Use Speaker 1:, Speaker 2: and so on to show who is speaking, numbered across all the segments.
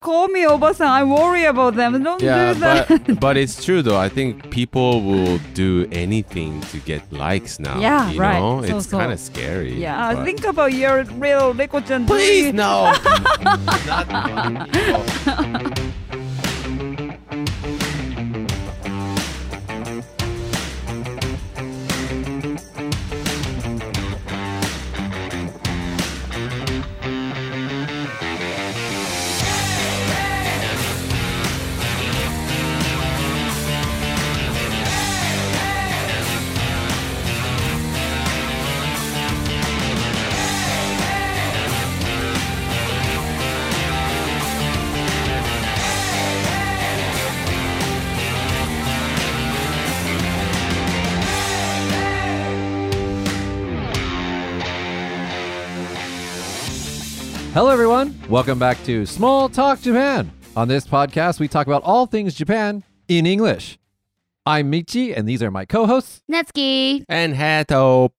Speaker 1: call me Obasan. I worry about them. Don't
Speaker 2: yeah,
Speaker 1: do that.
Speaker 2: but but it's true though. I think people will do anything to get likes now.
Speaker 1: Yeah,
Speaker 2: you
Speaker 1: right.
Speaker 2: Know?
Speaker 1: So,
Speaker 2: it's
Speaker 1: so.
Speaker 2: kind of scary.
Speaker 1: yeah,
Speaker 2: but-
Speaker 1: think about your real Reko-chan.
Speaker 2: Please
Speaker 1: doing-
Speaker 2: no.
Speaker 3: Hello, everyone. Welcome back to Small Talk Japan. On this podcast, we talk about all things Japan in English. I'm Michi, and these are my co hosts.
Speaker 4: Netsuki.
Speaker 2: and Hato.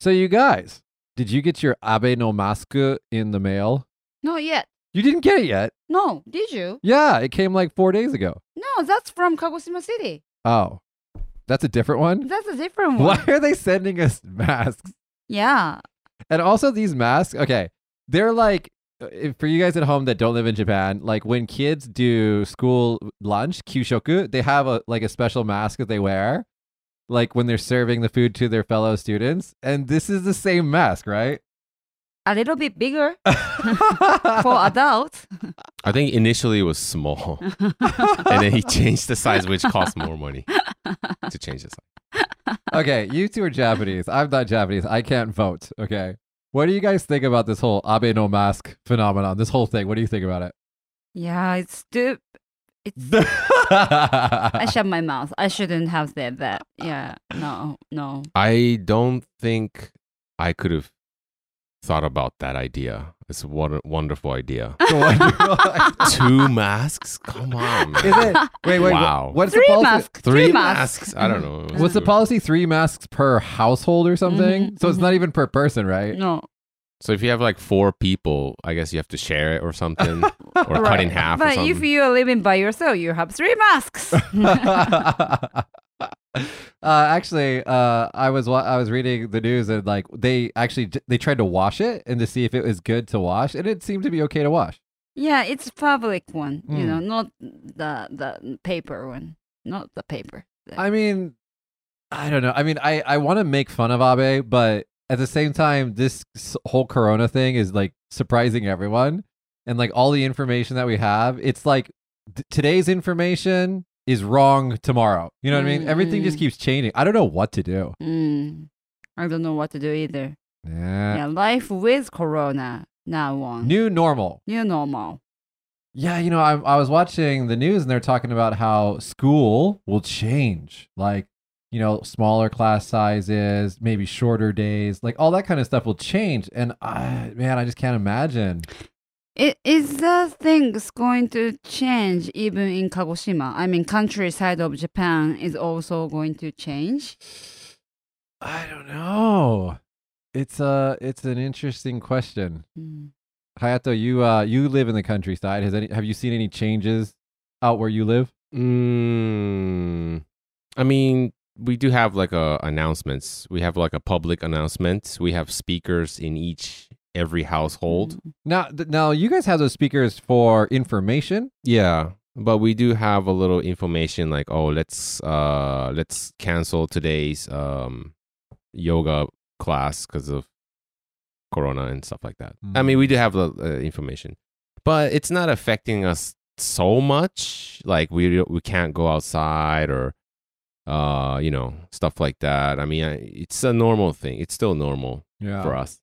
Speaker 3: So, you guys, did you get your Abe no Masku in the mail?
Speaker 4: Not yet.
Speaker 3: You didn't get it yet.
Speaker 4: No, did you?
Speaker 3: Yeah, it came like four days ago.
Speaker 4: No, that's from Kagoshima City.
Speaker 3: Oh, that's a different one?
Speaker 4: That's a different one.
Speaker 3: Why are they sending us masks?
Speaker 4: Yeah.
Speaker 3: And also these masks, okay, they're like if- for you guys at home that don't live in Japan, like when kids do school lunch, kyushoku, they have a like a special mask that they wear like when they're serving the food to their fellow students, and this is the same mask, right?
Speaker 4: A little bit bigger for adults.
Speaker 2: I think initially it was small, and then he changed the size, which cost more money to change the size.
Speaker 3: okay, you two are Japanese. I'm not Japanese. I can't vote, okay? What do you guys think about this whole abe no mask phenomenon? This whole thing. What do you think about it?
Speaker 4: Yeah, it's stupid. I
Speaker 2: Uh,
Speaker 4: shut my mouth. I shouldn't have said that. Yeah. No, no.
Speaker 2: I don't think I could have thought about that idea. It's a won- wonderful idea. Two masks? Come on, man.
Speaker 3: Is it? Wait, wait. wha-
Speaker 2: Wow.
Speaker 3: What's
Speaker 4: Three
Speaker 3: the policy?
Speaker 4: masks.
Speaker 2: Three,
Speaker 4: Three
Speaker 2: masks.
Speaker 4: masks.
Speaker 2: I don't know. It was
Speaker 3: What's the
Speaker 2: stupid.
Speaker 3: policy? Three masks per household or something?
Speaker 4: Mhm,
Speaker 3: so it's not even per person, right?
Speaker 4: No.
Speaker 2: So if you have like four people, I guess you have to share it or something, or cut in half. or
Speaker 4: But
Speaker 2: something.
Speaker 4: if you are living by yourself, you have three masks.
Speaker 3: uh, actually, uh, I was wa- I was reading the news and like they actually j- they tried to wash it and to see if it was good to wash and it seemed to be okay to wash.
Speaker 4: yeah, it's public one, you
Speaker 3: Mm.
Speaker 4: know, not the the paper one. Not the paper.
Speaker 3: I mean, I don't know. I mean, I I want to make fun of Abe, but at the same time, this s- whole Corona thing is like surprising everyone, and like all the information that we have, it's like t- today's information is wrong tomorrow. You know what I mean? Everything just
Speaker 4: Mm.
Speaker 3: keeps changing. I don't know what to do.
Speaker 4: Mm. I don't know what to do either.
Speaker 3: Yeah.
Speaker 4: yeah, life with corona now on. New,
Speaker 3: Uh, New normal.
Speaker 4: normal.
Speaker 3: Yeah, you know, I, I was watching the news and they're talking about how school will change. Like, you know, smaller class sizes, maybe shorter days, like all that kind of stuff will change. And I, man, I just can't imagine.
Speaker 4: I- Is the things going to change even in Kagoshima? I mean, countryside of Japan is also going to change.
Speaker 3: I don't know. It's a, it's an interesting question.
Speaker 4: Mm.
Speaker 3: Hayato, you, uh, you live in the countryside. Has any, have you seen any changes out where you live?
Speaker 2: Mm, I mean, we do have like a announcements. We have like a public announcement. We have speakers in each every household.
Speaker 4: Mm.
Speaker 3: Now, th- now you guys have those speakers for information.
Speaker 2: Yeah, but we do have a little information like, oh, let's uh let's cancel today's um yoga class because of corona and stuff like that. I mean, we do have the uh, information, but it's not affecting us so much. Like we we can't go outside or uh you know stuff like that. I mean, I- it's a normal thing. It's still normal
Speaker 3: Yeah.
Speaker 2: for us.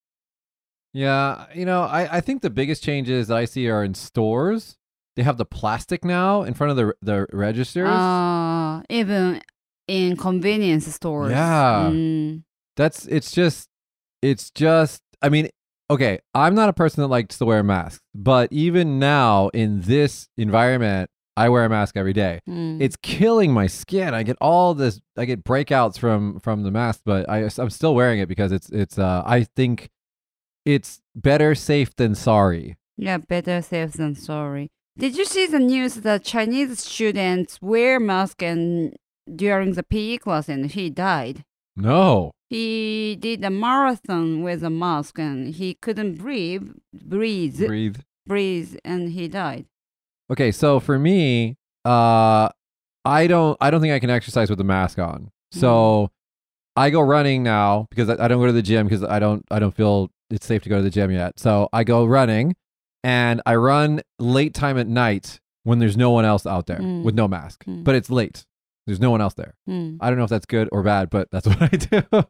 Speaker 3: Yeah, you know, I, I think the biggest changes that I see are in stores. They have the plastic now in front of the the registers.
Speaker 4: Ah, even in convenience stores.
Speaker 3: Yeah.
Speaker 4: Mm.
Speaker 3: That's it's just it's just I mean, okay, I'm not a person that likes to wear masks, but even now in this environment, I wear a mask every day.
Speaker 4: Mm.
Speaker 3: It's killing my skin. I get all this I get breakouts from from the mask, but I I'm still wearing it because it's it's uh I think it's better safe than sorry.
Speaker 4: yeah, better safe than sorry. Did you see the news that Chinese students wear mask and during the PE class and he died?
Speaker 3: No.
Speaker 4: He did a marathon with a mask and he couldn't breathe, breathe, breathe,
Speaker 3: Breathe.
Speaker 4: and he died.
Speaker 3: Okay, so for me, uh I don't I don't think I can exercise with the mask on.
Speaker 4: Mm.
Speaker 3: So I go running now because I, I don't go to the gym because I don't I don't feel it's safe to go to the gym yet. So I go running and I run late time at night when there's no one else out there
Speaker 4: Mm.
Speaker 3: with no mask.
Speaker 4: Mm.
Speaker 3: But it's late. There's no one else there.
Speaker 4: Hmm.
Speaker 3: I don't know if that's good or bad, but that's what I do.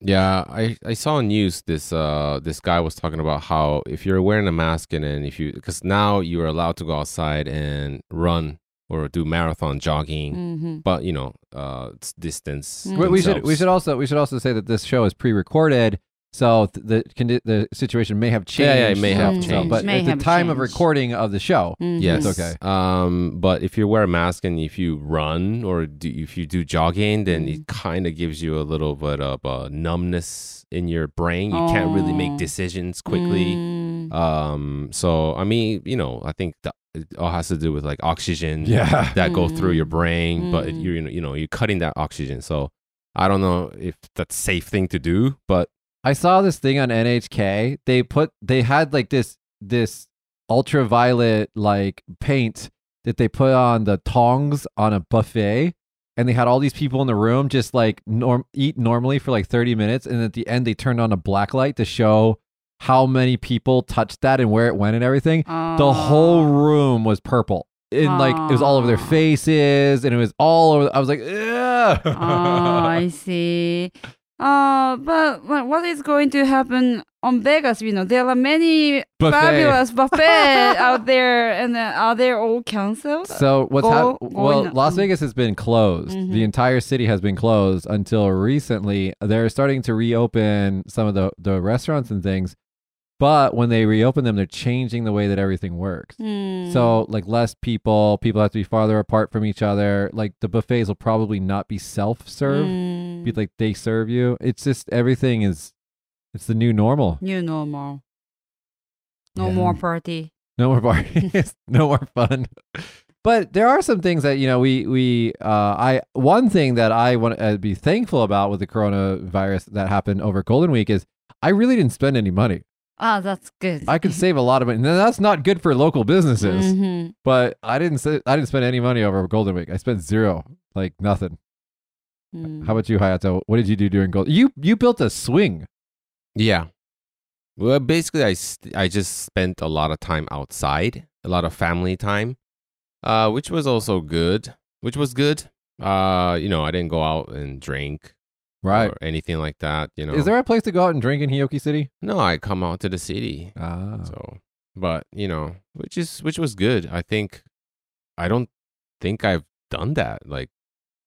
Speaker 2: Yeah, I, I saw on news this uh this guy was talking about how if you're wearing a mask and then if you because now you are allowed to go outside and run or do marathon jogging,
Speaker 4: Mhm.
Speaker 2: but you know uh it's distance.
Speaker 4: Mm.
Speaker 3: we, we should we
Speaker 2: themselves.
Speaker 3: should also we should also say that this show is pre-recorded, so th- the condi- the situation may have changed.
Speaker 2: Yeah, yeah, it may have
Speaker 3: so- so-
Speaker 2: changed. Mm.
Speaker 3: but
Speaker 4: May
Speaker 3: at the
Speaker 4: have
Speaker 3: time of
Speaker 4: changed.
Speaker 3: recording of the show,
Speaker 4: Mhm.
Speaker 2: Yes.
Speaker 3: It's Mm-hmm. okay.
Speaker 2: Um, but if you wear a mask and if you run or do, if you do jogging, then
Speaker 4: Mm.
Speaker 2: it kind of gives you a little bit of uh, numbness in your brain. You can't really
Speaker 4: Oh.
Speaker 2: make decisions quickly.
Speaker 4: Mm.
Speaker 2: Um, so I mean, you know, I think that it all has to do with like oxygen
Speaker 3: yeah,
Speaker 2: that go through your
Speaker 4: Mm.
Speaker 2: brain, but
Speaker 4: Mm.
Speaker 2: you're you know, you know you're cutting that oxygen. So I don't know if that's a safe thing to do, but
Speaker 3: I saw this thing on NHK. They put they had like this this ultraviolet like paint that they put on the tongs on a buffet and they had all these people in the room just like norm eat normally for like 30 minutes and at the end they turned on a black light to show how many people touched that and where it went and everything. The whole room was purple. And like it was all over their
Speaker 4: Aw.
Speaker 3: faces and it was all over I was like, Ugh.
Speaker 4: Oh, I see. Uh, but wha- what is going to happen on Vegas? You know, there are many
Speaker 3: Buffet.
Speaker 4: fabulous buffet out there, and uh, are they all canceled?
Speaker 3: So what's
Speaker 4: Go-
Speaker 3: happened?
Speaker 4: go
Speaker 3: Well,
Speaker 4: in-
Speaker 3: Las
Speaker 4: mm.
Speaker 3: Vegas has been closed.
Speaker 4: Mhm.
Speaker 3: The entire city has been closed until recently. They're starting to reopen some of the the restaurants and things, but when they reopen them, they're changing the way that everything works.
Speaker 4: Hmm.
Speaker 3: So like less people, people have to be farther apart from each other. Like the buffets will probably not be self serve.
Speaker 4: Hmm.
Speaker 3: Be like they serve you. It's just everything is. It's the new normal.
Speaker 4: new normal. No
Speaker 3: Yeah.
Speaker 4: more party.
Speaker 3: No more parties. no more fun. But there are some things that you know we we uh, I one thing that I want to be thankful about with the coronavirus that happened over Golden Week is I really didn't spend any money.
Speaker 4: Ah, that's good.
Speaker 3: I could save a lot of money. Now, that's not good for local businesses,
Speaker 4: Mhm.
Speaker 3: but I didn't sa- I didn't spend any money over Golden Week. I spent zero, like nothing.
Speaker 4: Hmm.
Speaker 3: How about you, Hayato? What did you do during Golden? You you built a swing.
Speaker 2: yeah. Well, basically, I st- I just spent a lot of time outside, a lot of family time, uh, which was also good. Which was good. Uh, you know, I didn't go out and drink
Speaker 3: Right.
Speaker 2: or anything like that. You Oh, know,
Speaker 3: Is there a place to go out and drink in Hiyoki City?
Speaker 2: no? I come out to the city.
Speaker 3: Ah.
Speaker 2: So, but you know, which is which was good. I think I don't think I've done that like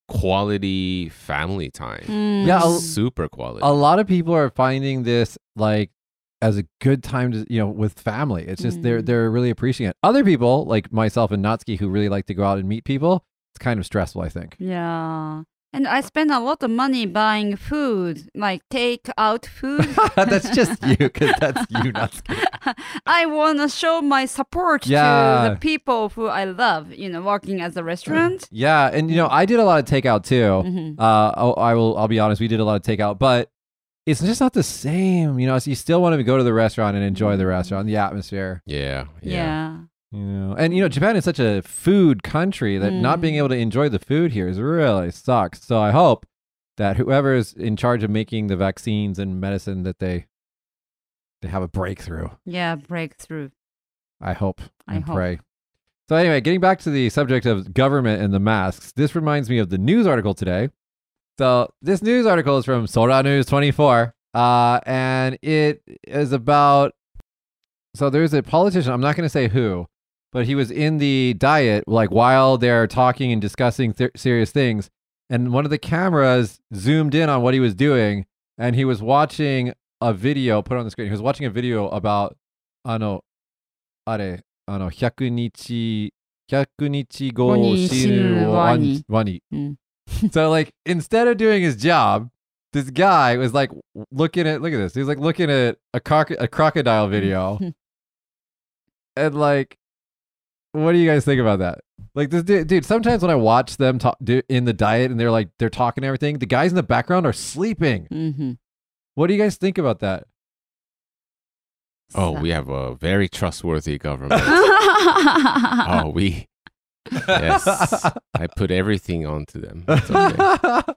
Speaker 2: quality family time.
Speaker 4: Hmm.
Speaker 3: Yeah, I'll-
Speaker 2: Super quality.
Speaker 3: a lot of people are finding this like as a good time to you know with family it's just they're
Speaker 4: Mm.
Speaker 3: they're really appreciating it other people like myself and natsuki who really like to go out and meet people it's kind of stressful i think
Speaker 4: Yeah. And I spend a lot of money buying food, like take out food.
Speaker 3: that's just you because that's you natsuki
Speaker 4: I want to show my support
Speaker 3: Yeah.
Speaker 4: to the people who I love, you know, working at the restaurant.
Speaker 3: yeah and you know i did a lot of takeout too
Speaker 4: Mhm.
Speaker 3: uh oh, i will i'll be honest we did a lot of takeout but it's just not the same you know so you still want to go to the restaurant and enjoy the restaurant the atmosphere
Speaker 2: yeah, yeah.
Speaker 4: Yeah.
Speaker 3: You know, and you know, Japan is such a food country that not being
Speaker 4: Mm.
Speaker 3: able to enjoy the food here is really sucks. So I hope that whoever is in charge of making the vaccines and medicine that they they have a breakthrough.
Speaker 4: Yeah. Breakthrough.
Speaker 3: I hope
Speaker 4: I
Speaker 3: and
Speaker 4: hope.
Speaker 3: pray. So anyway, getting back to the subject of government and the masks, this reminds me of the news article today. So this news article is from Sora News 24, uh, and it is about. So there's a politician. I'm not going to say who, but he was in the diet like while they're talking and discussing th- serious things, and one of the cameras zoomed in on what he was doing, and he was watching a video put on the screen. He was watching a video about, I know, あれ、あの、100日、100日後死ぬワニ。ワニ
Speaker 4: うん
Speaker 3: so, like, instead of doing his job, this guy was like looking at, look at this. He was like looking at a, croc- a crocodile video and like, what do you guys think about that? Like this dude, dude sometimes when I watch them talk do, in the diet and they're like they're talking and everything, the guys in the background are sleeping.
Speaker 4: Mm-hmm.
Speaker 3: What do you guys think about that?
Speaker 2: Oh, we have a very trustworthy government. oh, we. Yes, I put everything onto them. It's okay.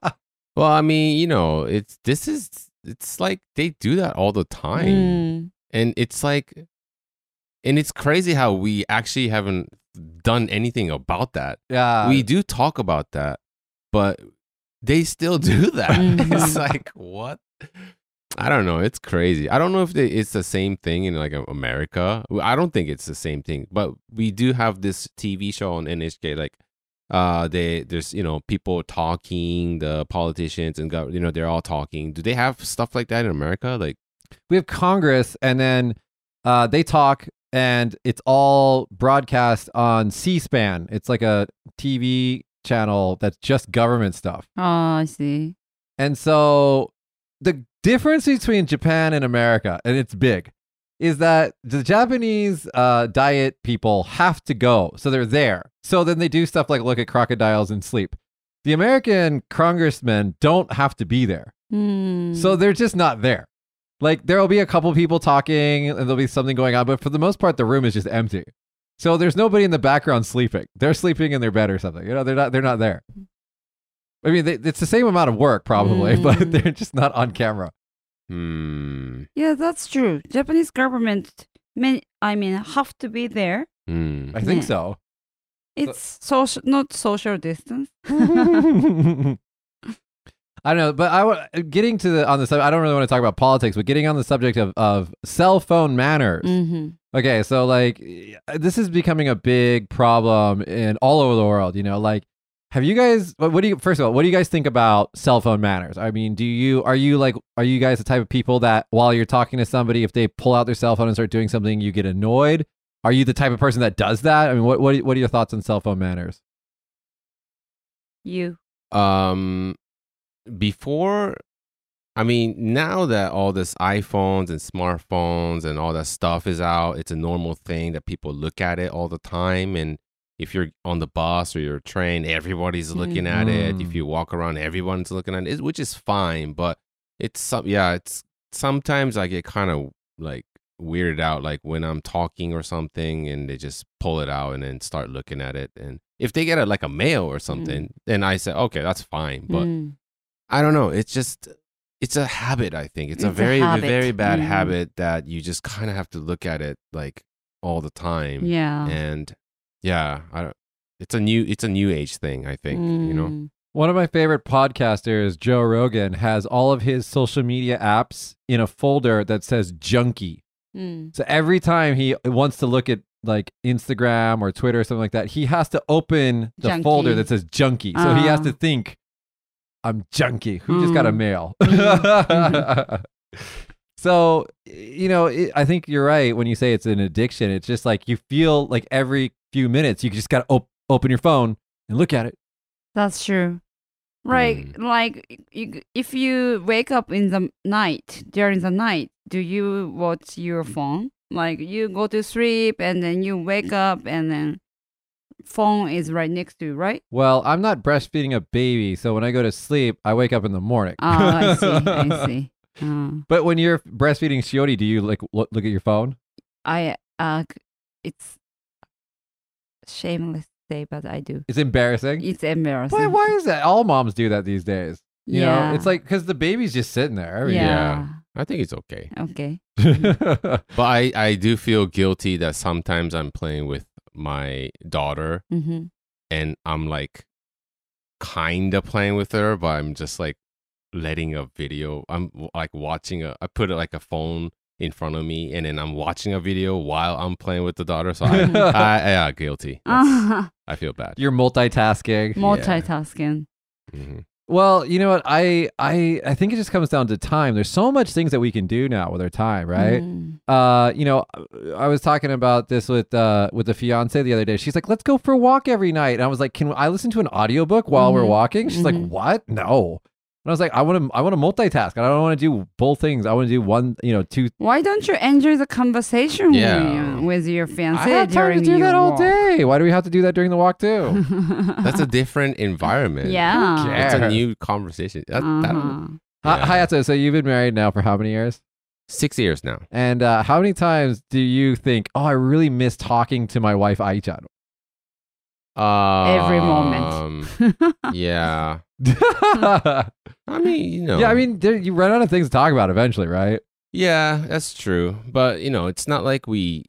Speaker 2: Well, I mean, you know, it's this is it's like they do that all the time,
Speaker 4: Mm.
Speaker 2: and it's like, and it's crazy how we actually haven't done anything about that.
Speaker 3: yeah.
Speaker 2: we do talk about that, but they still do that.
Speaker 4: Mhm.
Speaker 2: it's like what? I don't know. It's crazy. I don't know if they, it's the same thing in like A- America. Well, I don't think it's the same thing, but we do have this TV show on NHK. Like, uh, they there's you know people talking, the politicians and gov- you know they're all talking. Do they have stuff like that in America? Like,
Speaker 3: we have Congress, and then uh, they talk, and it's all broadcast on C-SPAN. It's like a TV channel that's just government stuff.
Speaker 4: Oh, I see.
Speaker 3: And so the difference between Japan and America, and it's big, is that the Japanese uh, diet people have to go. So they're there. So then they do stuff like look at crocodiles and sleep. The American congressmen don't have to be there.
Speaker 4: Mm.
Speaker 3: So they're just not there. Like there'll be a couple people talking and there'll be something going on, but for the most part, the room is just empty. So there's nobody in the background sleeping. They're sleeping in their bed or something. You know, they're not. They're not there. I mean, they, it's the same amount of work probably, but
Speaker 4: Mm.
Speaker 3: they're just not on camera.
Speaker 2: hmm,
Speaker 4: yeah, that's true. Japanese government, men, I mean, have to be there.
Speaker 2: hmm.
Speaker 3: I think
Speaker 4: Yeah.
Speaker 3: so.
Speaker 4: It's social, not social distance.
Speaker 3: I don't know, but I wa- getting to the on the sub. I don't really want to talk about politics, but getting on the subject of of cell phone manners.
Speaker 4: Mm-hmm.
Speaker 3: Okay, so like y- uh, this is becoming a big problem in all over the world, you know, like have you guys what what do you first of all, what do you guys think about cell phone manners? I mean, do you are you like are you guys the type of people that while you're talking to somebody if they pull out their cell phone and start doing something you get annoyed? Are you the type of person that does that? I mean, what what what are your thoughts on cell phone manners?
Speaker 4: You.
Speaker 2: um before i mean now that all this iphones and smartphones and all that stuff is out it's a normal thing that people look at it all the time and if you're on the bus or your train everybody's looking at it if
Speaker 3: Mhm.
Speaker 2: you walk around everyone's looking at it which is fine but it's some yeah it's sometimes i get kind of like weirded out like when i'm talking or something and they just pull it out and then start looking at it and if they get a, like a mail or something then i say okay that's fine but
Speaker 4: Mm.
Speaker 2: i don't know it's just it's a habit i think it's, a
Speaker 4: It's a
Speaker 2: very
Speaker 4: habit.
Speaker 2: very bad
Speaker 4: Mm.
Speaker 2: habit that you just kind of have to look at it like all the time
Speaker 4: Yeah.
Speaker 2: and yeah i don't it's a new it's a new age thing i think you know
Speaker 4: Mm.
Speaker 3: One of my favorite podcasters, Joe Rogan, has all of his social media apps in a folder that says junkie.
Speaker 4: Mm.
Speaker 3: So every time he wants to look at like Instagram or Twitter or something like that, he has to open the
Speaker 4: Junkie.
Speaker 3: folder that says junkie. So he has
Speaker 4: Ah.
Speaker 3: to think, I'm junkie. Who just got a
Speaker 4: Mm.
Speaker 3: mail?
Speaker 4: Mhm.
Speaker 3: so, you know, it, I think you're right when you say it's an addiction. It's just like you feel like every few minutes you just got to op- open your phone and look at it.
Speaker 4: That's true. Right,
Speaker 3: Mm.
Speaker 4: like you, if you wake up in the night during the night, do you watch your
Speaker 3: Mm.
Speaker 4: phone? Like you go to sleep and then you wake
Speaker 3: Mm.
Speaker 4: up and then phone is right next to you, right?
Speaker 3: Well, I'm not breastfeeding a baby. So when I go to sleep, I wake up in the morning.
Speaker 4: Oh, I see, I see. Uh,
Speaker 3: But when you're breastfeeding Shiori, do you like lo- look at your phone?
Speaker 4: I uh, c- it's shameless to say, but I do.
Speaker 3: It's embarrassing.
Speaker 4: It's embarrassing.
Speaker 3: Why, why is that? All moms do that these days. You
Speaker 4: yeah,
Speaker 3: know, it's like oh, because the baby's just sitting there. I mean-
Speaker 4: yeah.
Speaker 2: i think it's okay
Speaker 4: Okay.
Speaker 2: but i i do feel guilty that sometimes i'm playing with my daughter
Speaker 4: Mm-hmm.
Speaker 2: and I'm like kind of playing with her, but I'm just like letting a video. I'm w- like watching a. I put like a phone in front of me, and then I'm watching a video while I'm playing with the daughter. So I, I yeah, guilty. That's- I feel bad.
Speaker 3: You're multitasking.
Speaker 4: Multitasking.
Speaker 2: Mhm.
Speaker 3: Well, you know what? I I I think it just comes down to time. There's so much things that we can do now with our time, right?
Speaker 4: Mm.
Speaker 3: Uh, you know, I was talking about this with uh with the fiance the other day. She's like, "Let's go for a walk every night." And I was like, "Can I listen to an audiobook while we're
Speaker 4: Mhm.
Speaker 3: walking?" She's
Speaker 4: Mhm.
Speaker 3: like, "What? No." And I was like, I want to, I want to multitask. I don't want to do both things. I want to do one, you know, two.
Speaker 4: Why don't you enjoy the conversation
Speaker 2: Yeah.
Speaker 4: with, your, with your fiance
Speaker 3: I have time
Speaker 4: during
Speaker 3: to do
Speaker 4: your
Speaker 3: that all
Speaker 4: walk?
Speaker 3: day. Why do we have to do that during the walk too?
Speaker 2: That's a different environment.
Speaker 4: Uh-huh. yeah.
Speaker 3: cares?
Speaker 2: It's a
Speaker 3: Yeah.
Speaker 2: new conversation. That, that-
Speaker 4: Uh-huh.
Speaker 3: Hi
Speaker 2: Yeah.
Speaker 3: Hayato, so you've been married now for how many years?
Speaker 2: six years now.
Speaker 3: And uh, how many times do you think, oh, I really miss talking to my wife Aichan?
Speaker 4: Every moment.
Speaker 2: Um, yeah.
Speaker 3: Hmm.
Speaker 2: I mean, you know.
Speaker 3: Yeah, I mean, there, you run out of things to talk about eventually, right?
Speaker 2: Yeah, that's true. But you know, it's not like we.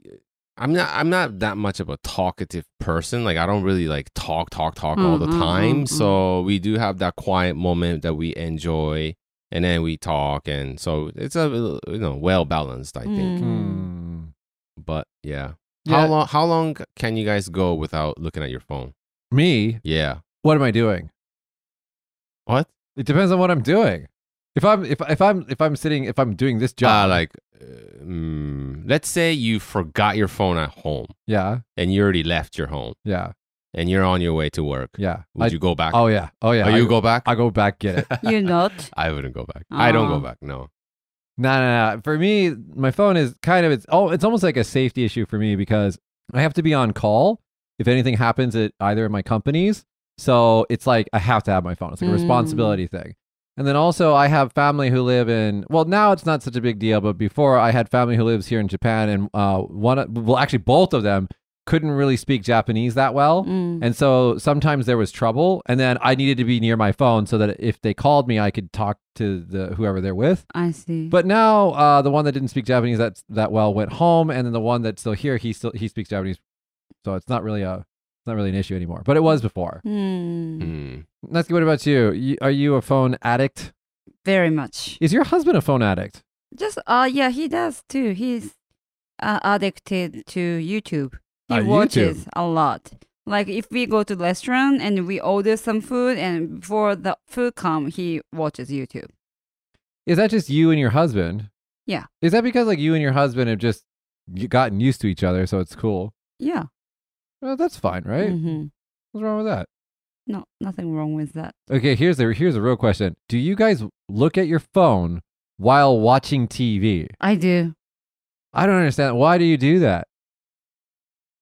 Speaker 2: I'm not. I'm not that much of a talkative person. Like I don't really like talk, talk, talk all the
Speaker 4: Mm, mm,
Speaker 2: time.
Speaker 4: mm, mm.
Speaker 2: So we do have that quiet moment that we enjoy, and then we talk, and so it's a you know well balanced. I think.
Speaker 4: Mm.
Speaker 2: But yeah.
Speaker 3: Hmm. Yeah.
Speaker 2: How long? How long can you guys go without looking at your phone?
Speaker 3: Me,
Speaker 2: Yeah.
Speaker 3: what am I doing?
Speaker 2: What?
Speaker 3: It depends on what I'm doing. If I'm if if I'm if I'm sitting if I'm doing this job,
Speaker 2: Uh, like, uh, mm, let's say you forgot your phone at home,
Speaker 3: yeah,
Speaker 2: and you already left your home,
Speaker 3: yeah,
Speaker 2: and you're on your way to work.
Speaker 3: yeah.
Speaker 2: Would
Speaker 3: I-
Speaker 2: you go back?
Speaker 3: oh yeah, oh yeah.
Speaker 2: Are
Speaker 3: I,
Speaker 2: you go back?
Speaker 3: I go back get it.
Speaker 4: You not?
Speaker 2: I wouldn't go back. I don't go
Speaker 4: Aw.
Speaker 2: back. No.
Speaker 3: No, no, no. For me, my phone is kind of it's oh, it's almost like a safety issue for me because I have to be on call if anything happens at either of my companies. So it's like I have to have my phone. It's like a
Speaker 4: Mm.
Speaker 3: responsibility thing. And then also I have family who live in well now it's not such a big deal, but before I had family who lives here in Japan and uh one of- well actually both of them couldn't really speak Japanese that well.
Speaker 4: Mm.
Speaker 3: And so sometimes there was trouble, and then I needed to be near my phone so that if they called me, I could talk to the whoever they're with.
Speaker 4: I see.
Speaker 3: But now uh, the one that didn't speak Japanese that that well went home, and then the one that's still here, he still he speaks Japanese, so it's not really a it's not really an issue anymore. But it was before.
Speaker 4: Mm.
Speaker 2: Hmm.
Speaker 3: Natsuki, what about you? you? Are you a phone addict?
Speaker 4: Very much.
Speaker 3: Is your husband a phone addict?
Speaker 4: Just uh yeah, he does too. He's uh, addicted to YouTube. He
Speaker 3: Uh, YouTube.
Speaker 4: watches a lot. Like if we go to restaurant and we order some food and before the food come, he watches YouTube.
Speaker 3: Is that just you and your husband?
Speaker 4: Yeah.
Speaker 3: Is that because like you and your husband have just y- gotten used to each other, so it's cool?
Speaker 4: Yeah.
Speaker 3: Well, that's fine, right?
Speaker 4: Mhm.
Speaker 3: What's wrong with that?
Speaker 4: No, nothing wrong with that.
Speaker 3: Okay, here's the here's a real question. Do you guys look at your phone while watching TV?
Speaker 4: I do.
Speaker 3: I don't understand. Why do you do that?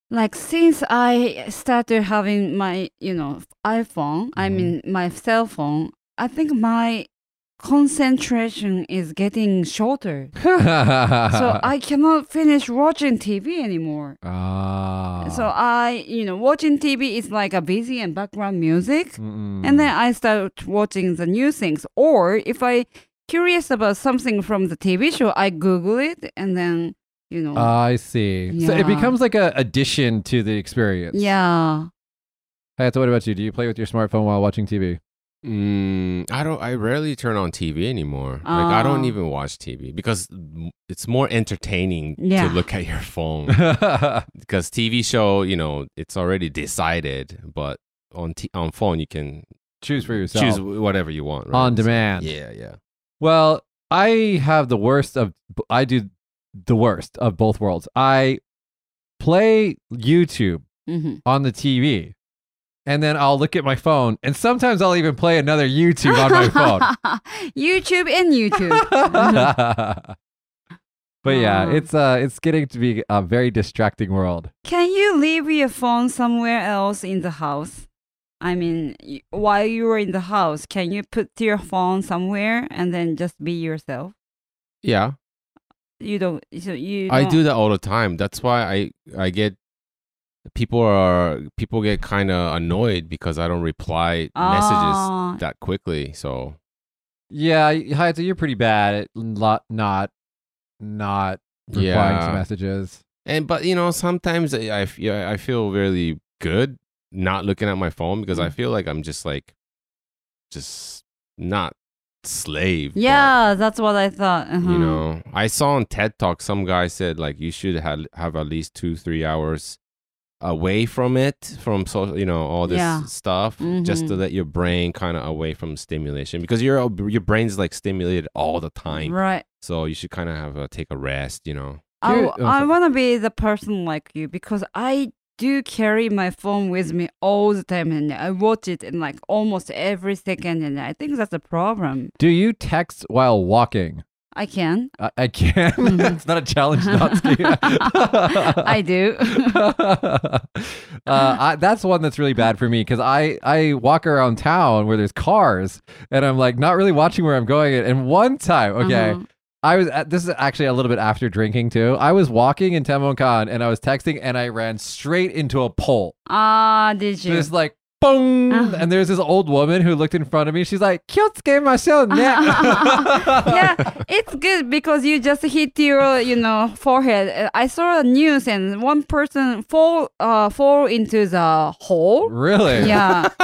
Speaker 4: Like since I started having my, you know, iPhone, I
Speaker 3: Mhm.
Speaker 4: mean my cell phone, I think my concentration is getting shorter. so I cannot finish watching TV anymore.
Speaker 3: Ah.
Speaker 4: So I, you know, watching TV is like a busy and background music,
Speaker 3: Mm-mm.
Speaker 4: and then I start watching the new things. Or if I curious about something from the TV show, I Google it, and then you know,
Speaker 3: I see. So it
Speaker 4: Yeah.
Speaker 3: becomes like a addition to the experience.
Speaker 4: yeah,
Speaker 3: Hayato, what about you? Do you play with your smartphone while watching TV?
Speaker 2: Mm, I don't. I rarely turn on TV anymore. like I don't
Speaker 4: Ah.
Speaker 2: even watch TV because m- it's more entertaining
Speaker 4: Yeah.
Speaker 2: to look at your phone.
Speaker 3: yeah,
Speaker 2: because TV show, you know, it's already decided. But on t- on phone, you can
Speaker 3: Choose for yourself.
Speaker 2: Choose wh- whatever you want. Right?
Speaker 3: on
Speaker 2: So-
Speaker 3: demand.
Speaker 2: Yeah, yeah.
Speaker 3: Well, I have the worst of I do the worst of both worlds. I play YouTube
Speaker 4: hmm
Speaker 3: on the TV. And then I'll look at my phone, and sometimes I'll even play another YouTube on my phone.
Speaker 4: YouTube and YouTube.
Speaker 3: but yeah,
Speaker 4: Aw.
Speaker 3: it's uh, it's getting to be a very distracting world.
Speaker 4: Can you leave your phone somewhere else in the house? I mean, y- while you are in the house, can you put your phone somewhere and then just be yourself?
Speaker 2: Yeah,
Speaker 4: You don't. So you.
Speaker 2: I
Speaker 4: don't-
Speaker 2: do that all the time. That's why I I get people are people get kind of annoyed because I don't reply messages
Speaker 4: Ah,
Speaker 2: that quickly. So
Speaker 3: Yeah, Hayato, you're pretty bad at lot not not replying
Speaker 2: yeah,
Speaker 3: to messages.
Speaker 2: and but you know sometimes I I feel, I feel really good not looking at my phone because
Speaker 4: Mm.
Speaker 2: I feel like I'm just like just not slave. but,
Speaker 4: Yeah, that's what I thought. Uh-huh.
Speaker 2: You know, I saw on TED Talk some guy said like you should have have at least two three hours away from it from so you know all this
Speaker 4: Yeah.
Speaker 2: stuff just to
Speaker 4: Mhm.
Speaker 2: let your brain kind of away from stimulation because your your brain's like stimulated all the time
Speaker 4: right?
Speaker 2: so you should kind of have a take a rest you know
Speaker 4: I,
Speaker 3: Here- oh,
Speaker 4: I
Speaker 3: sorry.
Speaker 4: want to be the person like you because I do carry my phone with me all the time and I watch it in like almost every second and I think that's a problem.
Speaker 3: Do you text while walking?
Speaker 4: I can.
Speaker 3: I, I can. it's not a
Speaker 2: Oh,
Speaker 3: challenge, Natsuki.
Speaker 4: I do.
Speaker 3: uh, I, that's one that's really bad for me because I, I walk around town where there's cars and I'm like not really watching where I'm going. And one time, okay,
Speaker 4: Uh-huh.
Speaker 3: I was at, this is actually a little bit after drinking too. I was walking in Temonkan and I was texting and I ran straight into a pole.
Speaker 4: Ah, did you?
Speaker 3: Just like boom,
Speaker 4: Uh-huh.
Speaker 3: and there's this old woman who looked in front of me. She's like, "Kyotsuke masho ne."
Speaker 4: yeah, it's good because you just hit your, you know, forehead. Uh, I saw a news and one person fall, uh, fall into the hole.
Speaker 3: really?
Speaker 4: Yeah,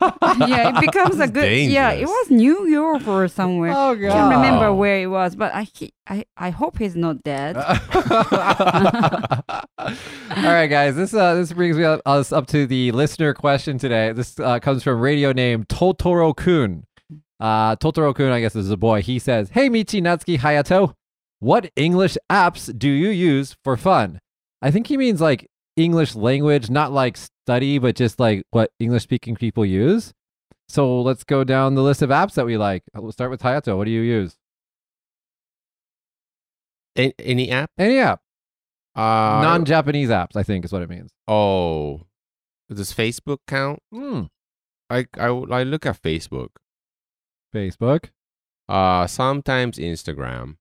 Speaker 4: yeah, it becomes a good. Yeah, it
Speaker 2: dangerous.
Speaker 4: was New York or somewhere.
Speaker 3: Oh
Speaker 4: I
Speaker 3: god.
Speaker 4: can't remember
Speaker 2: Wow.
Speaker 4: where it was, but I, he, I, I hope he's not dead.
Speaker 2: Uh,
Speaker 3: All right, guys. This uh, this brings me up, us up to the listener question today. This uh, comes from radio name Totoro Kun. Uh, Totoro Kun, I guess, is a boy. He says, "Hey, Michi, Natsuki, Hayato, what English apps do you use for fun?" I think he means like English language, not like study, but just like what English speaking people use. So let's go down the list of apps that we like. Uh, We'll start with Hayato. What do you use?
Speaker 2: A- any app?
Speaker 3: Any app,
Speaker 2: Uh,
Speaker 3: non-Japanese apps, I think is what it means.
Speaker 2: Oh, does Facebook count?
Speaker 3: Hmm.
Speaker 2: I, I I look at Facebook.
Speaker 3: Facebook.
Speaker 2: Uh, sometimes Instagram.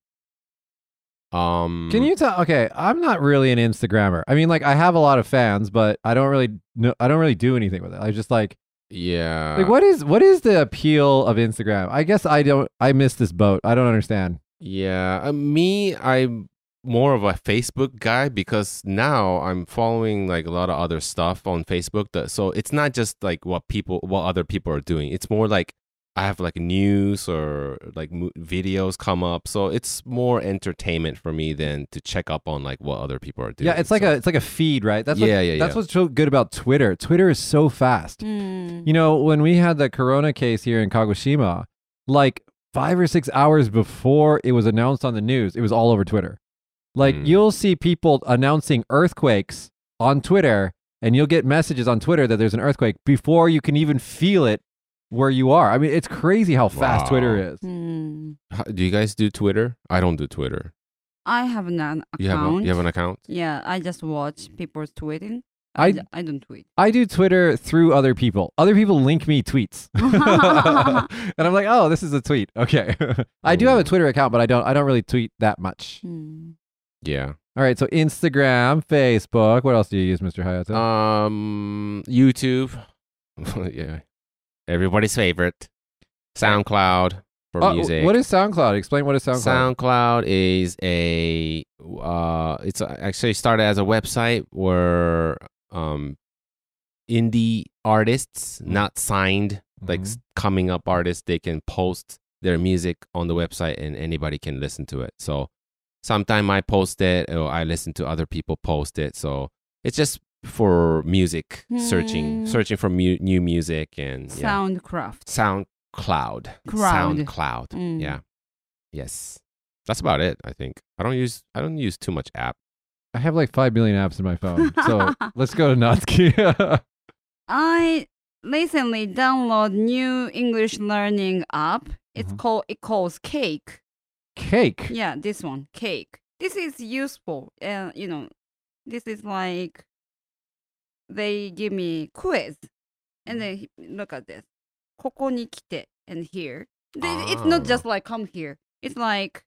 Speaker 2: Um,
Speaker 3: Can you tell? Okay, I'm not really an Instagrammer. I mean, like I have a lot of fans, but I don't really no, I don't really do anything with it. I just like
Speaker 2: Yeah.
Speaker 3: like what is what is the appeal of Instagram? I guess I don't. I miss this boat. I don't understand.
Speaker 2: Yeah, uh, me, I'm more of a Facebook guy because now I'm following like a lot of other stuff on Facebook. That, so it's not just like what people, what other people are doing. It's more like I have like news or like mo- videos come up. So it's more entertainment for me than to check up on like what other people are doing.
Speaker 3: yeah, it's like
Speaker 2: So-
Speaker 3: a it's like a feed, right? That's what,
Speaker 2: Yeah, yeah,
Speaker 3: That's
Speaker 2: yeah.
Speaker 3: what's so good about Twitter. Twitter is so fast.
Speaker 4: Hmm.
Speaker 3: You know, when we had the corona case here in Kagoshima, like five or six hours before it was announced on the news, it was all over Twitter. Like
Speaker 2: Mm.
Speaker 3: you'll see people announcing earthquakes on Twitter, and you'll get messages on Twitter that there's an earthquake before you can even feel it where you are. I mean, it's crazy how fast
Speaker 2: Wow.
Speaker 3: Twitter is.
Speaker 4: Hmm.
Speaker 2: How- do you guys do Twitter? I don't do Twitter.
Speaker 4: I have an account.
Speaker 2: You have a, you have an account?
Speaker 4: yeah, I just watch people tweeting.
Speaker 3: I-
Speaker 4: I, d- I don't tweet.
Speaker 3: I do Twitter through other people. Other people link me tweets, and I'm like, oh, this is a tweet. Okay, I do have a
Speaker 2: Mm.
Speaker 3: Twitter account, but I don't. I don't really tweet that much.
Speaker 4: Hmm.
Speaker 2: Yeah.
Speaker 3: All right, so Instagram, Facebook. What else do you use, Mr. Hayato?
Speaker 2: Um, YouTube. yeah, everybody's favorite. SoundCloud for
Speaker 3: Oh,
Speaker 2: music.
Speaker 3: What is SoundCloud? Explain what is SoundCloud.
Speaker 2: SoundCloud is a uh, it's a- actually started as a website where um, indie artists,
Speaker 3: Hmm.
Speaker 2: not signed, like
Speaker 4: Mm-hmm.
Speaker 2: s-
Speaker 3: Mhm.
Speaker 2: coming up artists, they can post their music on the website and anybody can listen to it. So sometime I post it or I listen to other people post it. So it's just for music searching,
Speaker 4: Hmm.
Speaker 2: searching for mu- new music and yeah.
Speaker 4: Soundcraft.
Speaker 2: SoundCloud.
Speaker 4: Crowd.
Speaker 2: SoundCloud.
Speaker 4: Mm.
Speaker 2: Yeah. Yes. That's about it, I think. I don't use I don't use too much app.
Speaker 3: I have like five million apps in my phone, so let's go to Natsuki.
Speaker 4: I recently download new English learning app. It's
Speaker 2: Uh-huh.
Speaker 3: Mhm.
Speaker 4: called it calls Cake.
Speaker 3: Cake.
Speaker 4: Yeah, this one, Cake. This is useful. Uh, you know, this is like they give me quiz, and then he-
Speaker 2: Mm-hmm.
Speaker 4: look at this. ここに来て and here. They- It's not
Speaker 2: Ah.
Speaker 4: just like come here. It's like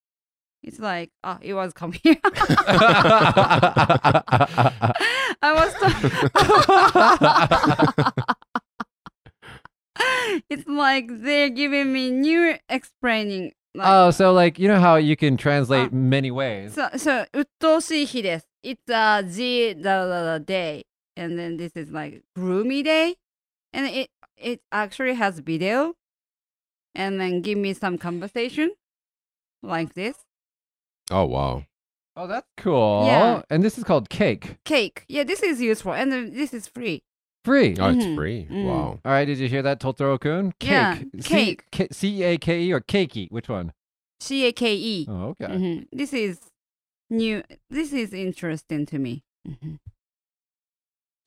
Speaker 4: it's like ah, it was come here. I was talking. it's like they're giving me new explaining. Like,
Speaker 3: oh, so like you know how you can translate
Speaker 4: Ah.
Speaker 3: many ways.
Speaker 4: so, so, 鬱陶しい日です. It's a the da, da, da, day. And then this is like gloomy day. And it it actually has video. And then give me some conversation like this.
Speaker 2: Oh wow.
Speaker 3: Oh, that's cool.
Speaker 4: Yeah.
Speaker 3: And this is called Cake.
Speaker 4: Cake. Yeah, this is useful. And then this is free.
Speaker 3: Free.
Speaker 2: Oh, it's
Speaker 4: Mhm.
Speaker 2: free.
Speaker 4: Mm.
Speaker 2: Wow.
Speaker 3: All right, did you hear that, Totoro Kun? Cake.
Speaker 4: Yeah,
Speaker 3: C-
Speaker 4: cake.
Speaker 3: K- C A K E or cakey? Which one?
Speaker 4: C A K E.
Speaker 3: Oh, okay.
Speaker 4: Mhm. This Mm-hmm. is new. This is interesting to me. Mhm.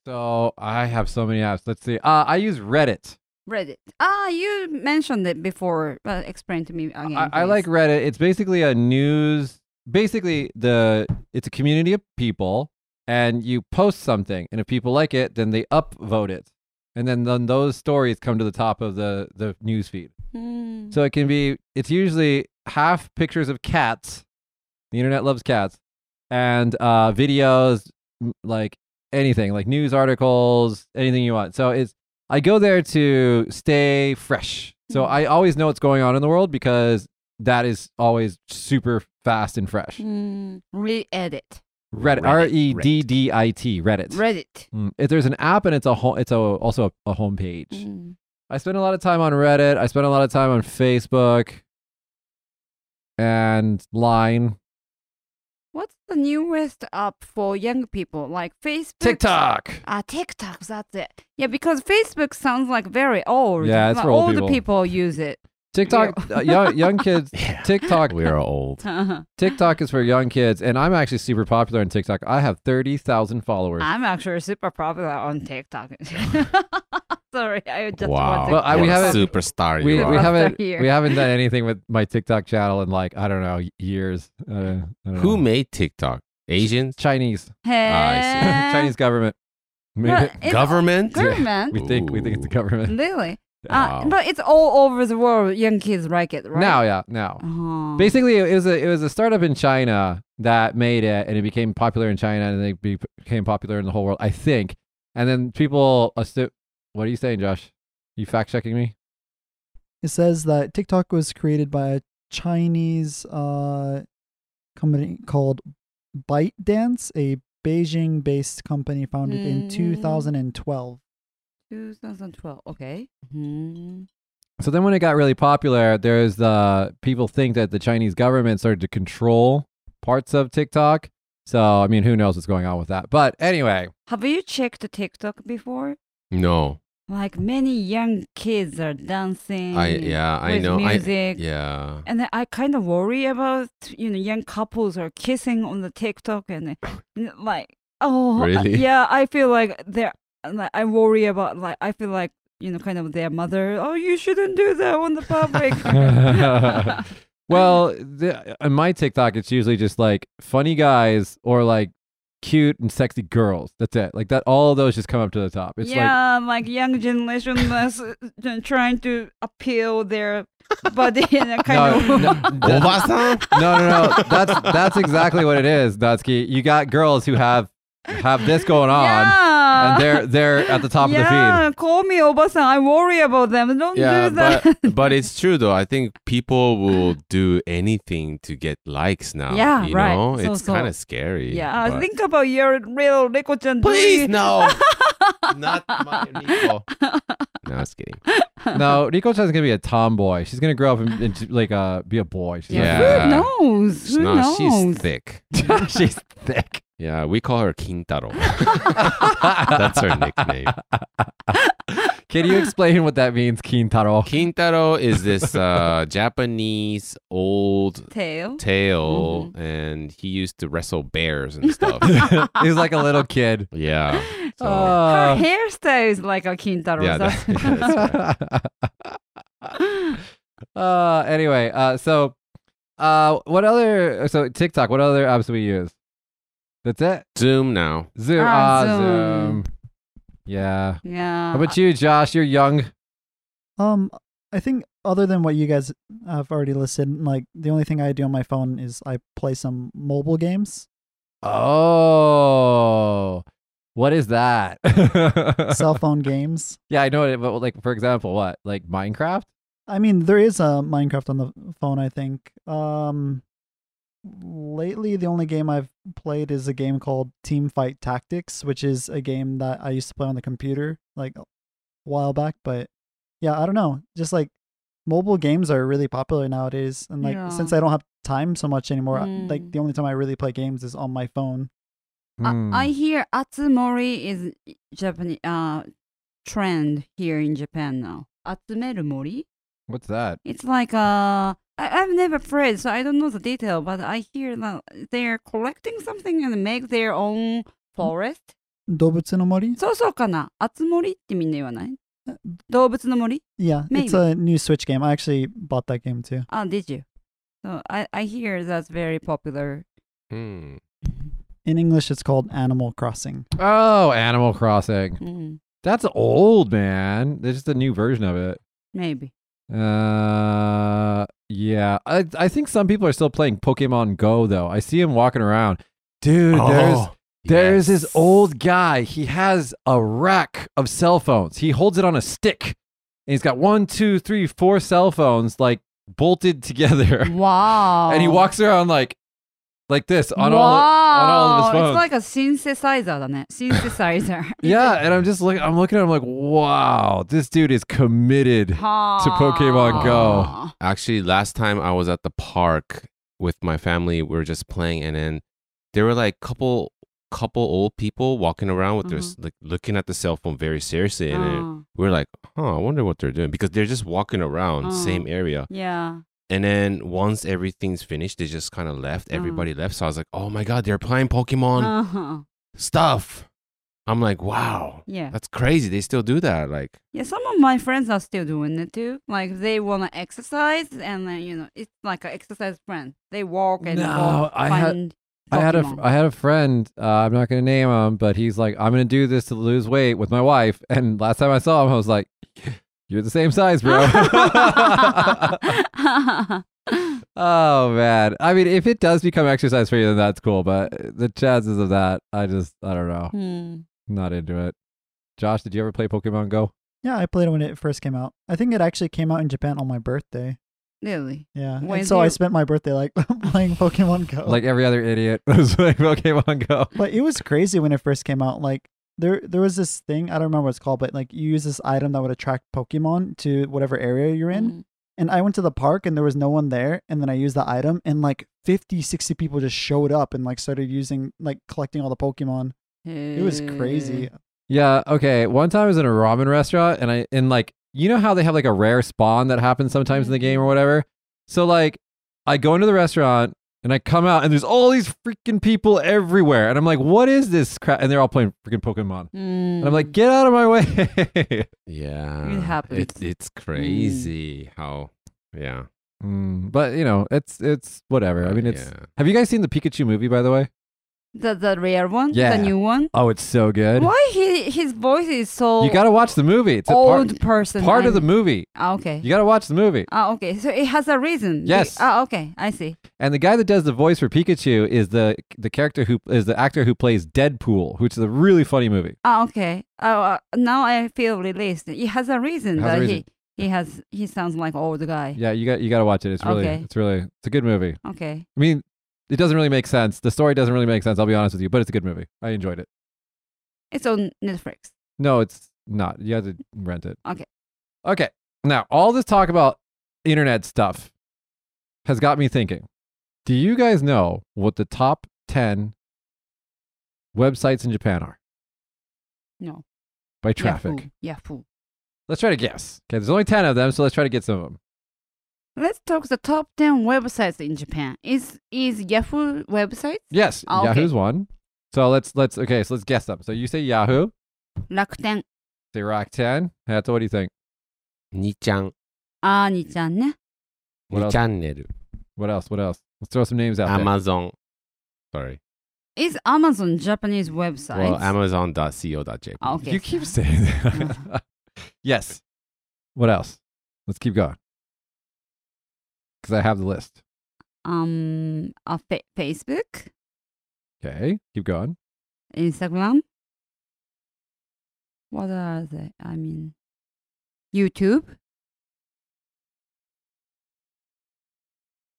Speaker 3: So I have so many apps. Let's see. Uh, I use Reddit.
Speaker 4: Reddit. Ah, you mentioned it before, but explain to me again.
Speaker 3: I, I like
Speaker 4: please.
Speaker 3: Reddit. It's basically a news. Basically, the it's a community of people, and you post something, and if people like it, then they upvote it, and then then those stories come to the top of the the news feed.
Speaker 4: Hmm.
Speaker 3: So it can be. It's usually half pictures of cats. The internet loves cats, and uh, videos m- like anything, like news articles, anything you want. So it's. I go there to stay fresh. So
Speaker 4: Mhm.
Speaker 3: I always know what's going on in the world because that is always super fast and fresh.
Speaker 4: Hmm. Re-edit.
Speaker 3: Reddit,
Speaker 2: Reddit,
Speaker 3: R E D D I T, Reddit.
Speaker 4: Reddit.
Speaker 3: Mm. If there's an app and it's a home, it's a, also a, a homepage.
Speaker 4: Hmm.
Speaker 3: I spend a lot of time on Reddit. I spend a lot of time on Facebook and Line,
Speaker 4: What's the newest app for young people? Like Facebook?
Speaker 3: TikTok.
Speaker 4: Ah, TikTok, that's it. Yeah, because Facebook sounds like very old.
Speaker 3: Yeah, it's
Speaker 4: Like,
Speaker 3: for old
Speaker 4: older
Speaker 3: people.
Speaker 4: use it.
Speaker 3: TikTok, uh, young, young kids.
Speaker 2: Yeah.
Speaker 3: TikTok,
Speaker 2: We are old.
Speaker 4: I'm
Speaker 3: TikTok is for young kids, and I'm actually super popular on TikTok. I have thirty thousand followers.
Speaker 4: actually super popular on TikTok. Sorry, I just
Speaker 2: wow.
Speaker 4: want
Speaker 3: Well, I- we
Speaker 2: what a
Speaker 3: haven't-
Speaker 2: superstar
Speaker 3: we,
Speaker 2: you are.
Speaker 3: we haven't
Speaker 4: Here.
Speaker 3: we haven't done anything with my TikTok channel in like I don't know years. Uh, I don't
Speaker 2: Who
Speaker 3: know.
Speaker 2: made TikTok? Asians?
Speaker 3: Chinese
Speaker 4: to hey, Uh,
Speaker 2: Ah,
Speaker 3: Chinese government made
Speaker 4: but
Speaker 3: it.
Speaker 4: it's
Speaker 2: Government?
Speaker 4: all- Government,
Speaker 3: We think we think it's the government
Speaker 4: really?
Speaker 2: Wow.
Speaker 4: Uh, but it's all over the world. Young kids like it, right?
Speaker 3: now. Yeah, now.
Speaker 4: Oh.
Speaker 3: Basically, it was a it was a startup in China that made it, and it became popular in China, and it be- became popular in the whole world, I think. And then people, assu- what are you saying, Josh? You fact checking me?
Speaker 5: It says that TikTok was created by a Chinese uh, company called ByteDance, a Beijing-based company founded in
Speaker 4: Mm.
Speaker 5: 2012.
Speaker 4: 2012. Okay. Hmm.
Speaker 3: So then, when it got really popular, there's the people think that the Chinese government started to control parts of TikTok. So I mean, who knows what's going on with that? But anyway,
Speaker 4: Have you checked TikTok before?
Speaker 2: no.
Speaker 4: Like many young kids are dancing.
Speaker 2: I yeah, I
Speaker 4: with
Speaker 2: know.
Speaker 4: music.
Speaker 2: I yeah.
Speaker 4: And I kind of worry about you know young couples are kissing on the TikTok and uh, n- like oh uh,
Speaker 2: Really?
Speaker 4: yeah I feel like they're like I worry about like I feel like you know kind of their mother oh you shouldn't do that on the public
Speaker 3: well, the, on my TikTok, it's usually just like funny guys or like cute and sexy girls. That's it. Like that, all of those just come up to the top. It's like
Speaker 4: yeah like, young generation is uh, t- trying to appeal their body in a kind
Speaker 3: no,
Speaker 4: of
Speaker 3: no,
Speaker 4: uh,
Speaker 3: that-
Speaker 2: Obasan?
Speaker 3: no, no, no. That's that's exactly what it is, Dutsky. You got girls who have have this going on,
Speaker 4: yeah
Speaker 3: and they're they're at the top of the feed.
Speaker 4: yeah call me obasan I worry about them don't
Speaker 2: yeah,
Speaker 4: do that
Speaker 2: but but it's true though. I think people will do anything to get likes now.
Speaker 4: Yeah,
Speaker 2: you
Speaker 4: right.
Speaker 2: Know?
Speaker 4: So-
Speaker 2: it's
Speaker 4: so-
Speaker 2: kind of scary.
Speaker 4: Yeah,
Speaker 2: but-
Speaker 4: think about your real Rico-chan.
Speaker 2: please no, not my Rico. No, I was kidding.
Speaker 3: No, Rico Chan's gonna be a tomboy. She's gonna grow up and, and like uh be a boy. She's not
Speaker 2: Yeah.
Speaker 3: gonna-
Speaker 4: Who knows?
Speaker 2: She's
Speaker 4: Who
Speaker 2: not-
Speaker 4: knows?
Speaker 2: she's thick.
Speaker 3: she's thick.
Speaker 2: Yeah, we call her Kintaro. That's her nickname.
Speaker 3: Can you explain what that means, Kintaro?
Speaker 2: Kintaro is this uh, Japanese old
Speaker 4: Tail.
Speaker 2: tale, and he used to wrestle bears and stuff.
Speaker 3: he was like a little kid.
Speaker 2: yeah. So,
Speaker 4: Her
Speaker 3: Uh,
Speaker 4: hairstyle is like a Kintaro.
Speaker 2: yeah,
Speaker 4: that's-
Speaker 2: that's, that's right.
Speaker 3: uh, anyway, uh, so uh, what other? So TikTok. What other apps do we use? That's it.
Speaker 2: Zoom now.
Speaker 3: Zoom.
Speaker 4: Ah,
Speaker 3: Ah,
Speaker 4: Zoom. Uh-huh.
Speaker 3: Zoom. Yeah.
Speaker 4: yeah.
Speaker 3: How about you, Josh? You're young.
Speaker 5: Um, I think other than what you guys have already listed, like the only thing I do on my phone is I play some mobile games.
Speaker 3: Oh, what is that?
Speaker 5: cell phone games.
Speaker 3: yeah, I know it. But like, for example, what? Like Minecraft?
Speaker 5: I mean, there is a Minecraft on the phone, I think. Um lately the only game I've played is a game called Team Fight Tactics, which is a game that I used to play on the computer like a while back, but yeah, I don't know. Just like mobile games are really popular nowadays and like
Speaker 4: Yeah.
Speaker 5: since I don't have time so much anymore, I- like
Speaker 4: Mm.
Speaker 5: the only time I really play games is on my phone.
Speaker 3: Hmm.
Speaker 4: Uh, I, I hear Atsumori is Japanese uh, trend here in Japan now. Atsumerumori?
Speaker 3: What's that?
Speaker 4: It's like uh I, I've never played, so I don't know the
Speaker 3: Hmm?
Speaker 4: detail, but I hear that they're collecting something and make their own forest.
Speaker 5: 動物の森
Speaker 4: そうそうかな。あつ森ってみんな言わない
Speaker 3: Uh,
Speaker 4: 動物の森
Speaker 5: Yeah, it's
Speaker 4: Maybe.
Speaker 5: a new Switch game. I actually bought that game too.
Speaker 4: Ah, did you? So I, I hear that's very popular.
Speaker 2: Hmm.
Speaker 5: In English, it's called Animal Crossing.
Speaker 3: Oh, Animal Crossing.
Speaker 4: Mm,
Speaker 3: That's old, man. There's just a new version of it.
Speaker 4: maybe.
Speaker 3: Uh, yeah. I I think some people are still playing Pokemon Go though. I see him walking around. Dude,
Speaker 2: Oh,
Speaker 3: there's there's this old guy. He has a rack of cell phones. He holds it on a stick, and he's got one, two, three, four cell phones like bolted together.
Speaker 4: Wow.
Speaker 3: And he walks around like like this on
Speaker 4: wow.
Speaker 3: all on all of his phones.
Speaker 4: It's like a synthesizer だ ね。synthesizer.
Speaker 3: yeah, and I'm just like I'm looking at him like, wow, this dude is committed.
Speaker 4: to
Speaker 3: Pokemon Go.
Speaker 2: Actually, last time I was at the park with my family, we were just playing, and then there were like couple couple old people walking around with their s- like looking at the cell phone very seriously, and
Speaker 4: Oh.
Speaker 2: then we are like, "Huh, I wonder what they're doing," because they're just walking around
Speaker 4: Oh.
Speaker 2: same area.
Speaker 4: yeah.
Speaker 2: And then once everything's finished, they just kind of
Speaker 4: Mm.
Speaker 2: left. Everybody left, so I was like, "Oh my god, they're playing Pokemon
Speaker 4: Uh-huh.
Speaker 2: stuff." I'm like, "Wow,
Speaker 4: Yeah.
Speaker 2: that's crazy! They still do that." Like,
Speaker 4: Yeah, some of my friends are still doing it too. Like they want to exercise, and then you know it's like an exercise friend. They walk and
Speaker 3: No,
Speaker 4: go
Speaker 3: I had-
Speaker 4: find
Speaker 3: I had a f-
Speaker 4: Pokemon.
Speaker 3: I had a friend. Uh, I'm not going to name him, but he's like, I'm going to do this to lose weight with my wife. And last time I saw him, I was like, "You're the same size, bro." oh man. I mean, if it does become exercise for you, then that's cool. But the chances of that, I just, I don't know,
Speaker 4: Hmm.
Speaker 3: not into it. Josh, did you ever play Pokemon Go?
Speaker 5: Yeah, I played it when it first came out. I think it actually came out in Japan on my birthday.
Speaker 4: Really?
Speaker 5: Yeah, and
Speaker 4: When
Speaker 5: so I
Speaker 4: they-
Speaker 5: spent my birthday like playing Pokemon Go.
Speaker 3: Like every other idiot was playing Pokemon Go.
Speaker 5: but it was crazy when it first came out. Like there, there was this thing I don't remember what it's called, but like you use this item that would attract Pokemon to whatever area you're in.
Speaker 4: Mm.
Speaker 5: And I went to the park and there was no one there. And then I used the item and like 50, 60 people just showed up and like started using, like collecting all the Pokemon.
Speaker 4: Hmm.
Speaker 5: It was
Speaker 4: Mm.
Speaker 5: crazy.
Speaker 3: Yeah, okay. One time I was in a ramen restaurant and I and like you know how they have like a rare spawn that happens sometimes in the game or whatever? So like I go into the restaurant and I come out and there's all these freaking people everywhere and I'm like, what is this crap? And they're all playing freaking Pokemon.
Speaker 4: Hmm.
Speaker 3: And I'm
Speaker 4: Mm.
Speaker 3: like, get out of my way.
Speaker 2: yeah,
Speaker 4: happens. Mm.
Speaker 2: It, it's crazy how, yeah.
Speaker 3: Mm, but you know, it's it's whatever. I mean it's
Speaker 2: yeah.
Speaker 3: have you guys seen the Pikachu movie by the way?
Speaker 4: the the rare one,
Speaker 3: Yeah.
Speaker 4: the new one.
Speaker 3: Oh, it's so good.
Speaker 4: Why he his voice is so
Speaker 3: You gotta watch the movie. It's a part,
Speaker 4: old person?
Speaker 3: part of the
Speaker 4: I'm-
Speaker 3: movie.
Speaker 4: Ah, okay.
Speaker 3: You gotta watch the movie.
Speaker 4: Ah, okay. So it has a reason. Be-
Speaker 3: Yes.
Speaker 4: Ah, okay. I see.
Speaker 3: And the guy that does the voice for Pikachu is the the character who is the actor who plays Deadpool, which is a really funny movie.
Speaker 4: Ah, okay. Oh, uh, now I feel released. It has a reason
Speaker 3: It has a
Speaker 4: that
Speaker 3: reason.
Speaker 4: he he has he sounds like old guy.
Speaker 3: Yeah, you got you got to watch it. It's really
Speaker 4: Okay.
Speaker 3: it's really it's a good movie.
Speaker 4: Okay.
Speaker 3: I mean, it doesn't really make sense. The story doesn't really make sense. I'll be honest with you, but it's a good movie. I enjoyed it.
Speaker 4: It's on Netflix.
Speaker 3: No, it's not. You have to rent it.
Speaker 4: Okay.
Speaker 3: Okay. Now, all this talk about internet stuff has got me thinking. Do you guys know what the top 10 websites in Japan are
Speaker 4: No.
Speaker 3: by traffic?
Speaker 4: Yahoo. Yahoo.
Speaker 3: Let's try to guess. Okay, there's only 10 of them, so let's try to get some of them.
Speaker 4: Let's talk the top 10 websites in Japan. Is is Yahoo website?
Speaker 3: Yes,
Speaker 4: Oh, okay.
Speaker 3: Yahoo's one. So let's let's okay, so let's guess them. So you say Yahoo,
Speaker 4: Rakuten.
Speaker 3: say Rock 10. Hato, what do you think?
Speaker 2: Nichan,
Speaker 4: あーにちゃんね。
Speaker 3: What else?
Speaker 2: Nichannel,
Speaker 3: What else? What else? Let's throw some names out
Speaker 2: Amazon. Sorry.
Speaker 4: Is Amazon Japanese website?
Speaker 2: Well, Amazon.co.jp.
Speaker 4: Ah,
Speaker 3: there.
Speaker 4: okay.
Speaker 3: You keep saying
Speaker 4: Mm.
Speaker 3: that. yes. What else? Let's keep going. Cuz I have the list.
Speaker 4: um uh, fa- Facebook,
Speaker 3: Okay, keep going.
Speaker 4: Instagram. What are they? I mean YouTube.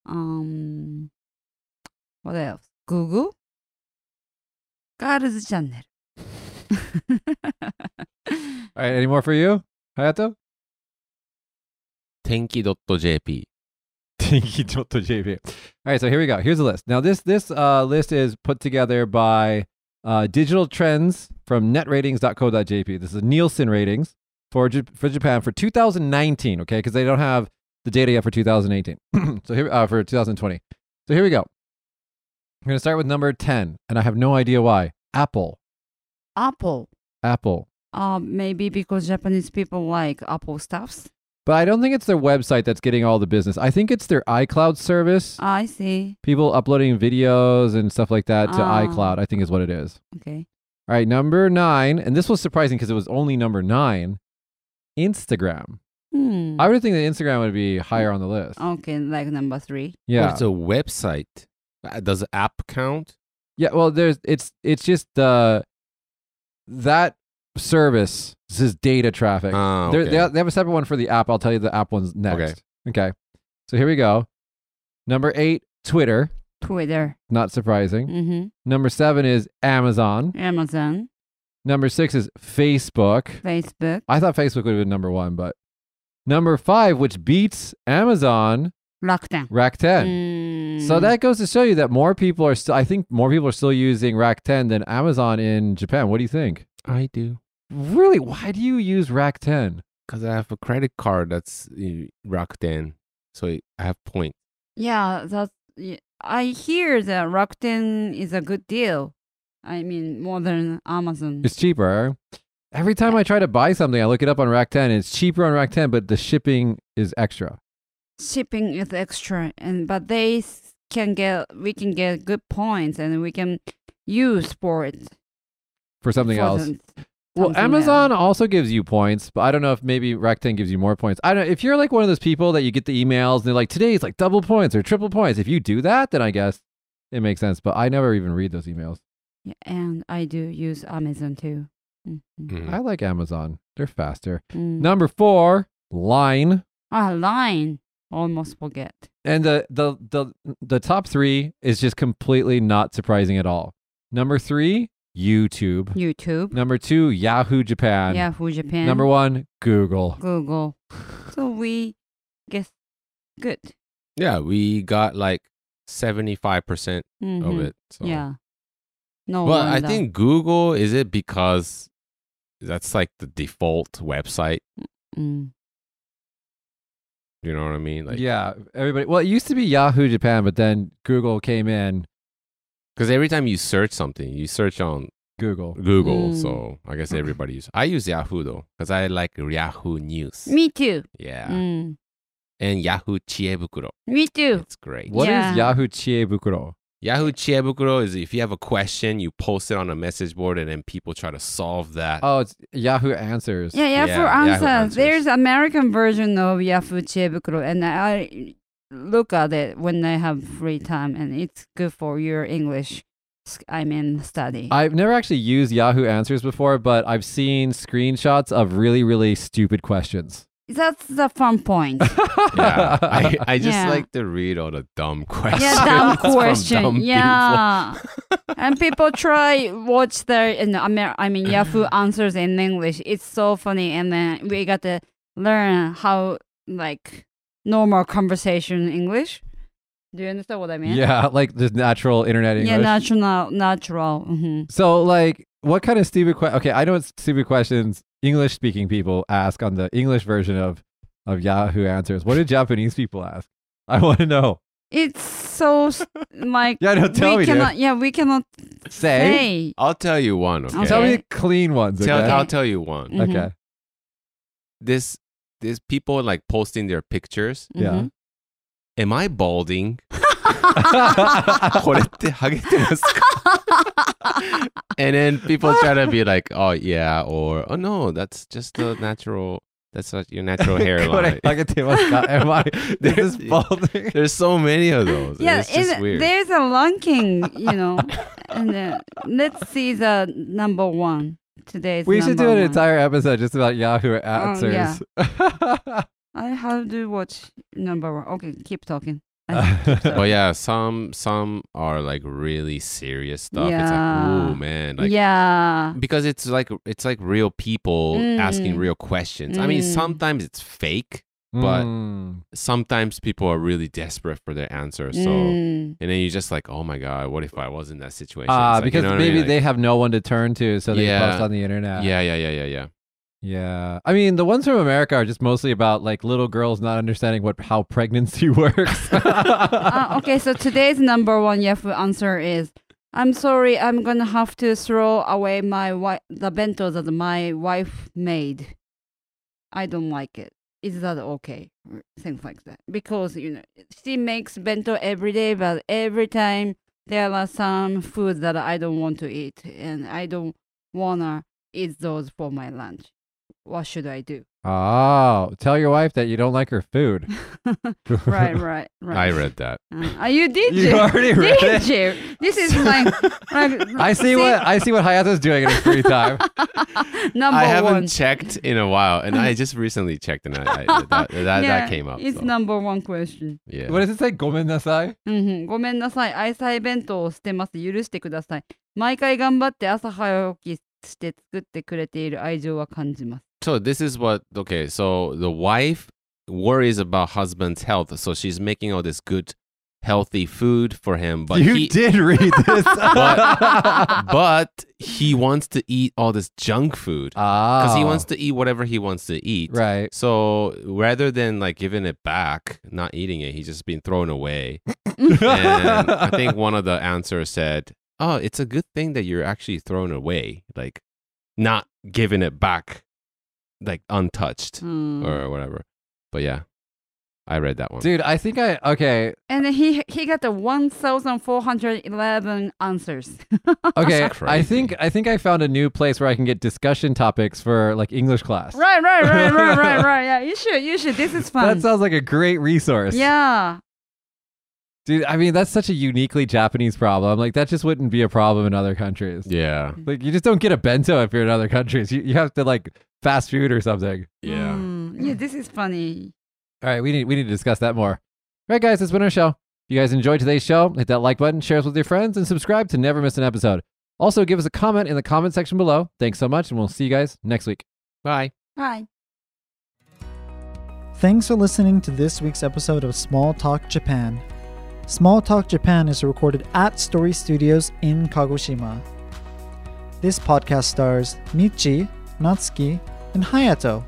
Speaker 4: Um what else? Google? Girls Channel.
Speaker 3: All right, any more for you? Hayato?
Speaker 2: Tenki.jp.
Speaker 3: Tinky.jp. All right, so here we go. Here's the list. Now this this uh, list is put together by uh, Digital Trends from netratings.co.jp. This is Nielsen ratings for J- for Japan for 2019. Okay, because they don't have the data yet for 2018. so here uh, for 2020. So here we go. I'm gonna start with number 10, and I have no idea why. Apple.
Speaker 4: apple.
Speaker 3: Apple.
Speaker 4: Uh, maybe because Japanese people like apple stuffs.
Speaker 3: But I don't think it's their website that's getting all the business. I think it's their iCloud service.
Speaker 4: Ah, I see.
Speaker 3: People uploading videos and stuff like that to
Speaker 4: Ah.
Speaker 3: iCloud, I think is what it is.
Speaker 4: Okay.
Speaker 3: All right, number nine, and this was surprising because it was only number nine. Instagram.
Speaker 4: Hmm. Oh,
Speaker 3: I would think that Instagram would be higher on the list.
Speaker 4: okay, like number three.
Speaker 3: yeah,
Speaker 2: it's a website. Uh, Does app count?
Speaker 3: yeah. Well, there's it's it's just the that service this is data traffic.
Speaker 2: Ah,
Speaker 3: They're-
Speaker 2: okay.
Speaker 3: They they have a separate one for the app. I'll tell you the app one's next. Okay. okay. So here we go. Number eight, Twitter.
Speaker 4: Twitter.
Speaker 3: Not surprising.
Speaker 4: hmm
Speaker 3: Number seven is Amazon.
Speaker 4: Amazon.
Speaker 3: Number six is Facebook.
Speaker 4: Facebook.
Speaker 3: I thought Facebook would have been number one, but number five, which beats Amazon,
Speaker 4: Rakuten.
Speaker 3: Rakuten.
Speaker 4: Mm.
Speaker 3: So that goes to show you that more people are still. I think more people are still using Rakuten than Amazon in Japan. What do you think?
Speaker 2: I do.
Speaker 3: Really? Why do you use Rakuten?
Speaker 2: Because I have a credit card that's uh, Rakuten. So it- I have point.
Speaker 4: Yeah, that's. y- I hear that Rakuten is a good deal. I mean, more than Amazon.
Speaker 3: It's cheaper. Every time I try to buy something, I look it up on Rakuten. And it's cheaper on Rakuten, but the shipping is extra.
Speaker 4: Shipping is extra, and but they s- can get. We can get good points, and we can use for it.
Speaker 3: For something
Speaker 4: for
Speaker 3: else,
Speaker 4: them-
Speaker 3: Well,
Speaker 4: something
Speaker 3: Amazon
Speaker 4: else.
Speaker 3: also gives you points, but I don't know if maybe Rakuten gives you more points. I don't. If you're like one of those people that you get the emails and they're like, today it's like double points or triple points. If you do that, then I guess it makes sense. But I never even read those emails.
Speaker 4: Yeah, and I do use Amazon too. Mhm.
Speaker 2: Mhm.
Speaker 3: I like Amazon. They're faster.
Speaker 4: Mm.
Speaker 3: Number four, Line,
Speaker 4: Ah, line. Almost forget.
Speaker 3: and the the the the top three is just completely not surprising at all. Number three, YouTube.
Speaker 4: YouTube,
Speaker 3: Number two, Yahoo Japan.
Speaker 4: Yahoo Japan,
Speaker 3: Number one, Google.
Speaker 4: Google. So we guess good.
Speaker 2: Yeah, we got like 75% percent of
Speaker 4: Mhm.
Speaker 2: it. So.
Speaker 4: Yeah. No.
Speaker 2: But I
Speaker 4: wonder.
Speaker 2: think Google, is it because that's like the default website?
Speaker 4: Mm.
Speaker 2: You know what I mean? Like,
Speaker 3: yeah, everybody. Well, it used to be Yahoo Japan, but then Google came in.
Speaker 2: Because every time you search something, you search on
Speaker 3: Google.
Speaker 2: Google.
Speaker 4: Mm.
Speaker 2: So I guess everybody uses. I use Yahoo though, because I like Yahoo News.
Speaker 4: Me too.
Speaker 2: Yeah.
Speaker 4: Mm. Oh.
Speaker 2: And Yahoo Chiebukuro.
Speaker 4: Me too.
Speaker 2: It's great.
Speaker 3: What is
Speaker 4: Yeah.
Speaker 3: Yahoo Chiebukuro?
Speaker 2: Yahoo Chiebukuro is if you have a question, you post it on a message board, and then people try to solve that.
Speaker 3: Oh, it's Yahoo Answers.
Speaker 4: Yeah, yeah, for
Speaker 2: Yeah, Yahoo
Speaker 4: answers.
Speaker 2: Answers.
Speaker 4: There's American version of Yahoo Chebukuro, and I look at it when I have free time, and it's good for your English. s- I mean, study.
Speaker 3: I've never actually used Yahoo Answers before, but I've seen screenshots of really, really stupid questions.
Speaker 4: That's the fun point.
Speaker 2: Yeah. I, I just
Speaker 4: Yeah.
Speaker 2: like to read all the dumb questions.
Speaker 4: Yeah, dumb
Speaker 2: from
Speaker 4: question.
Speaker 2: dumb people.
Speaker 4: yeah, and people try watch their you know, Amer- I mean Yahoo answers in English. It's so funny, and then we got to learn how like normal conversation English. Do you understand what I mean?
Speaker 3: Yeah, like just natural internet English.
Speaker 4: yeah, natural, natural. hmm
Speaker 3: so, like, what kind of stupid que- Okay, I know it's stupid questions English speaking people ask on the English version of, of Yahoo Answers. What do Japanese people ask? I want to know.
Speaker 4: It's so s- like
Speaker 3: Yeah, no,
Speaker 4: we
Speaker 3: tell me, Eh? dude.
Speaker 4: cannot. Yeah, we cannot say.
Speaker 2: I'll tell you one. Okay.
Speaker 4: I'll
Speaker 3: Tell me
Speaker 4: Okay.
Speaker 3: the clean ones.
Speaker 2: Tell-
Speaker 3: okay?
Speaker 2: I'll tell you one.
Speaker 4: Mhm.
Speaker 3: Okay.
Speaker 2: This, this people like posting their pictures.
Speaker 3: Yeah.
Speaker 4: Mhm.
Speaker 2: Am I balding?
Speaker 4: Mm-hmm.
Speaker 2: これってハゲてますか? and then people try to be like, oh yeah, or oh no, that's just the natural. That's not your natural hairline.
Speaker 3: これハゲてますか? Am I? This is
Speaker 2: There's-
Speaker 3: balding.
Speaker 2: There's so many of those. and
Speaker 4: Yeah,
Speaker 2: it's just
Speaker 4: is-
Speaker 2: weird.
Speaker 4: there's a ranking, you know. and uh, let's see the number one today's.
Speaker 3: We should
Speaker 4: number
Speaker 3: do an
Speaker 4: one. Oh,
Speaker 3: entire episode just about Yahoo answers.
Speaker 4: I have to watch number one. Okay, keep talking.
Speaker 2: But Oh, yeah, some some are like really serious stuff. It's
Speaker 4: Yeah.
Speaker 2: like, oh man, like
Speaker 4: yeah,
Speaker 2: because it's like it's like real people asking
Speaker 4: Mm.
Speaker 2: real questions. I mean,
Speaker 4: Mm.
Speaker 2: sometimes it's fake. But-
Speaker 3: Mm.
Speaker 2: Sometimes people are really desperate for their answer. So.
Speaker 4: Mm.
Speaker 2: And then you're just like, oh my God, what if I was in that situation?
Speaker 3: Ah,
Speaker 2: It's like, you
Speaker 3: because
Speaker 2: know what I
Speaker 3: maybe
Speaker 2: mean?
Speaker 3: they have no one to turn to, so they
Speaker 2: Yeah.
Speaker 3: post on the internet.
Speaker 2: Like, yeah, yeah, yeah, yeah, yeah.
Speaker 3: yeah. I mean, the ones from America are just mostly about like little girls not understanding what how pregnancy works.
Speaker 4: Ah, Uh, okay, so today's number one Yahoo answer is I'm sorry, I'm gonna have to throw away my wi- the bento that my wife made. I don't like it. Is that okay? Or Things like that. Because you know, she makes bento every day, but every time there are some food that I don't want to eat, and I don't wanna eat those for my lunch. What should I do?
Speaker 3: Oh, tell your wife that you don't like her food.
Speaker 4: right, right, right.
Speaker 2: I read that.
Speaker 4: Uh, you did.
Speaker 3: You already read
Speaker 4: Did
Speaker 3: it.
Speaker 4: you? This is my. like,
Speaker 3: I see what I see what Hayato's doing in his free time.
Speaker 4: number
Speaker 2: I haven't
Speaker 4: one.
Speaker 2: checked in a while, and I just recently checked, and I, I that, that,
Speaker 4: Yeah,
Speaker 2: that came up.
Speaker 4: It's
Speaker 2: so,
Speaker 4: number one question.
Speaker 2: yeah.
Speaker 3: What does it say? Gomen nasai.
Speaker 4: うんうん、ごめんなさい。愛妻弁当をしてます。許してください。毎回頑張って朝早起きして作ってくれている愛情は感じ ます。
Speaker 2: So this is what okay. So the wife worries about husband's health, so she's making all this good, healthy food for him. But
Speaker 3: you
Speaker 2: he,
Speaker 3: did read this.
Speaker 2: But- but he wants to eat all this junk food because he wants to eat whatever he wants to eat.
Speaker 3: Ah, Right.
Speaker 2: So rather than like giving it back, not eating it, he's just been thrown away. And I think one of the answers said, "Oh, it's a good thing that you're actually thrown away, like not giving it back, like untouched
Speaker 4: うん。
Speaker 2: or whatever." But yeah, I read that one.
Speaker 3: Dude, I think I okay.
Speaker 4: And he, he got the 1,411 answers.
Speaker 3: Okay.
Speaker 2: That's
Speaker 3: I think
Speaker 2: crazy.
Speaker 3: I think I found a new place where I can get discussion topics for like English class.
Speaker 4: right, right, right, right, right, right. Yeah, you should, you should. This is fun.
Speaker 3: That sounds like a great resource.
Speaker 4: yeah.
Speaker 3: Dude, I mean that's such a uniquely Japanese problem. Like that just wouldn't be a problem in other countries.
Speaker 2: Yeah,
Speaker 3: Like you just don't get a bento if you're in other countries. You you have to like fast food or something.
Speaker 2: yeah.
Speaker 4: Mm. Yeah, this is funny.
Speaker 3: All right, we need we need to discuss that more. All right, guys, that's been our show. If you guys enjoyed today's show, hit that like button, share us with your friends, and subscribe to never miss an episode. Also, give us a comment in the comment section below. Thanks so much, and we'll see you guys next week.
Speaker 2: Bye.
Speaker 4: Hi.
Speaker 5: Thanks for listening to this week's episode of Small Talk Japan. Small Talk Japan is recorded at Story Studios in Kagoshima. This podcast stars Michi, Natsuki, and Hayato.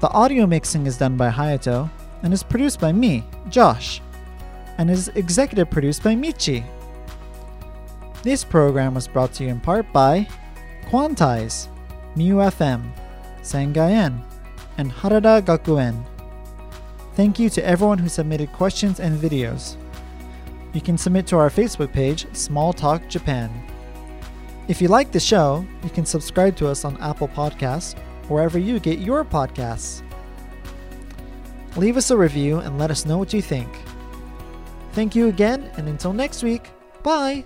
Speaker 5: The audio mixing is done by Hayato and is produced by me, Josh, and is executive produced by Michi. This program was brought to you in part by Quantize, MUFM, Sangayen, and Harada Gakuen. Thank you to everyone who submitted questions and videos. You can submit to our Facebook page, Small Talk Japan. If you like the show, you can subscribe to us on Apple Podcasts, wherever you get your podcasts. Leave us a review and let us know what you think. Thank you again, and until next week, bye!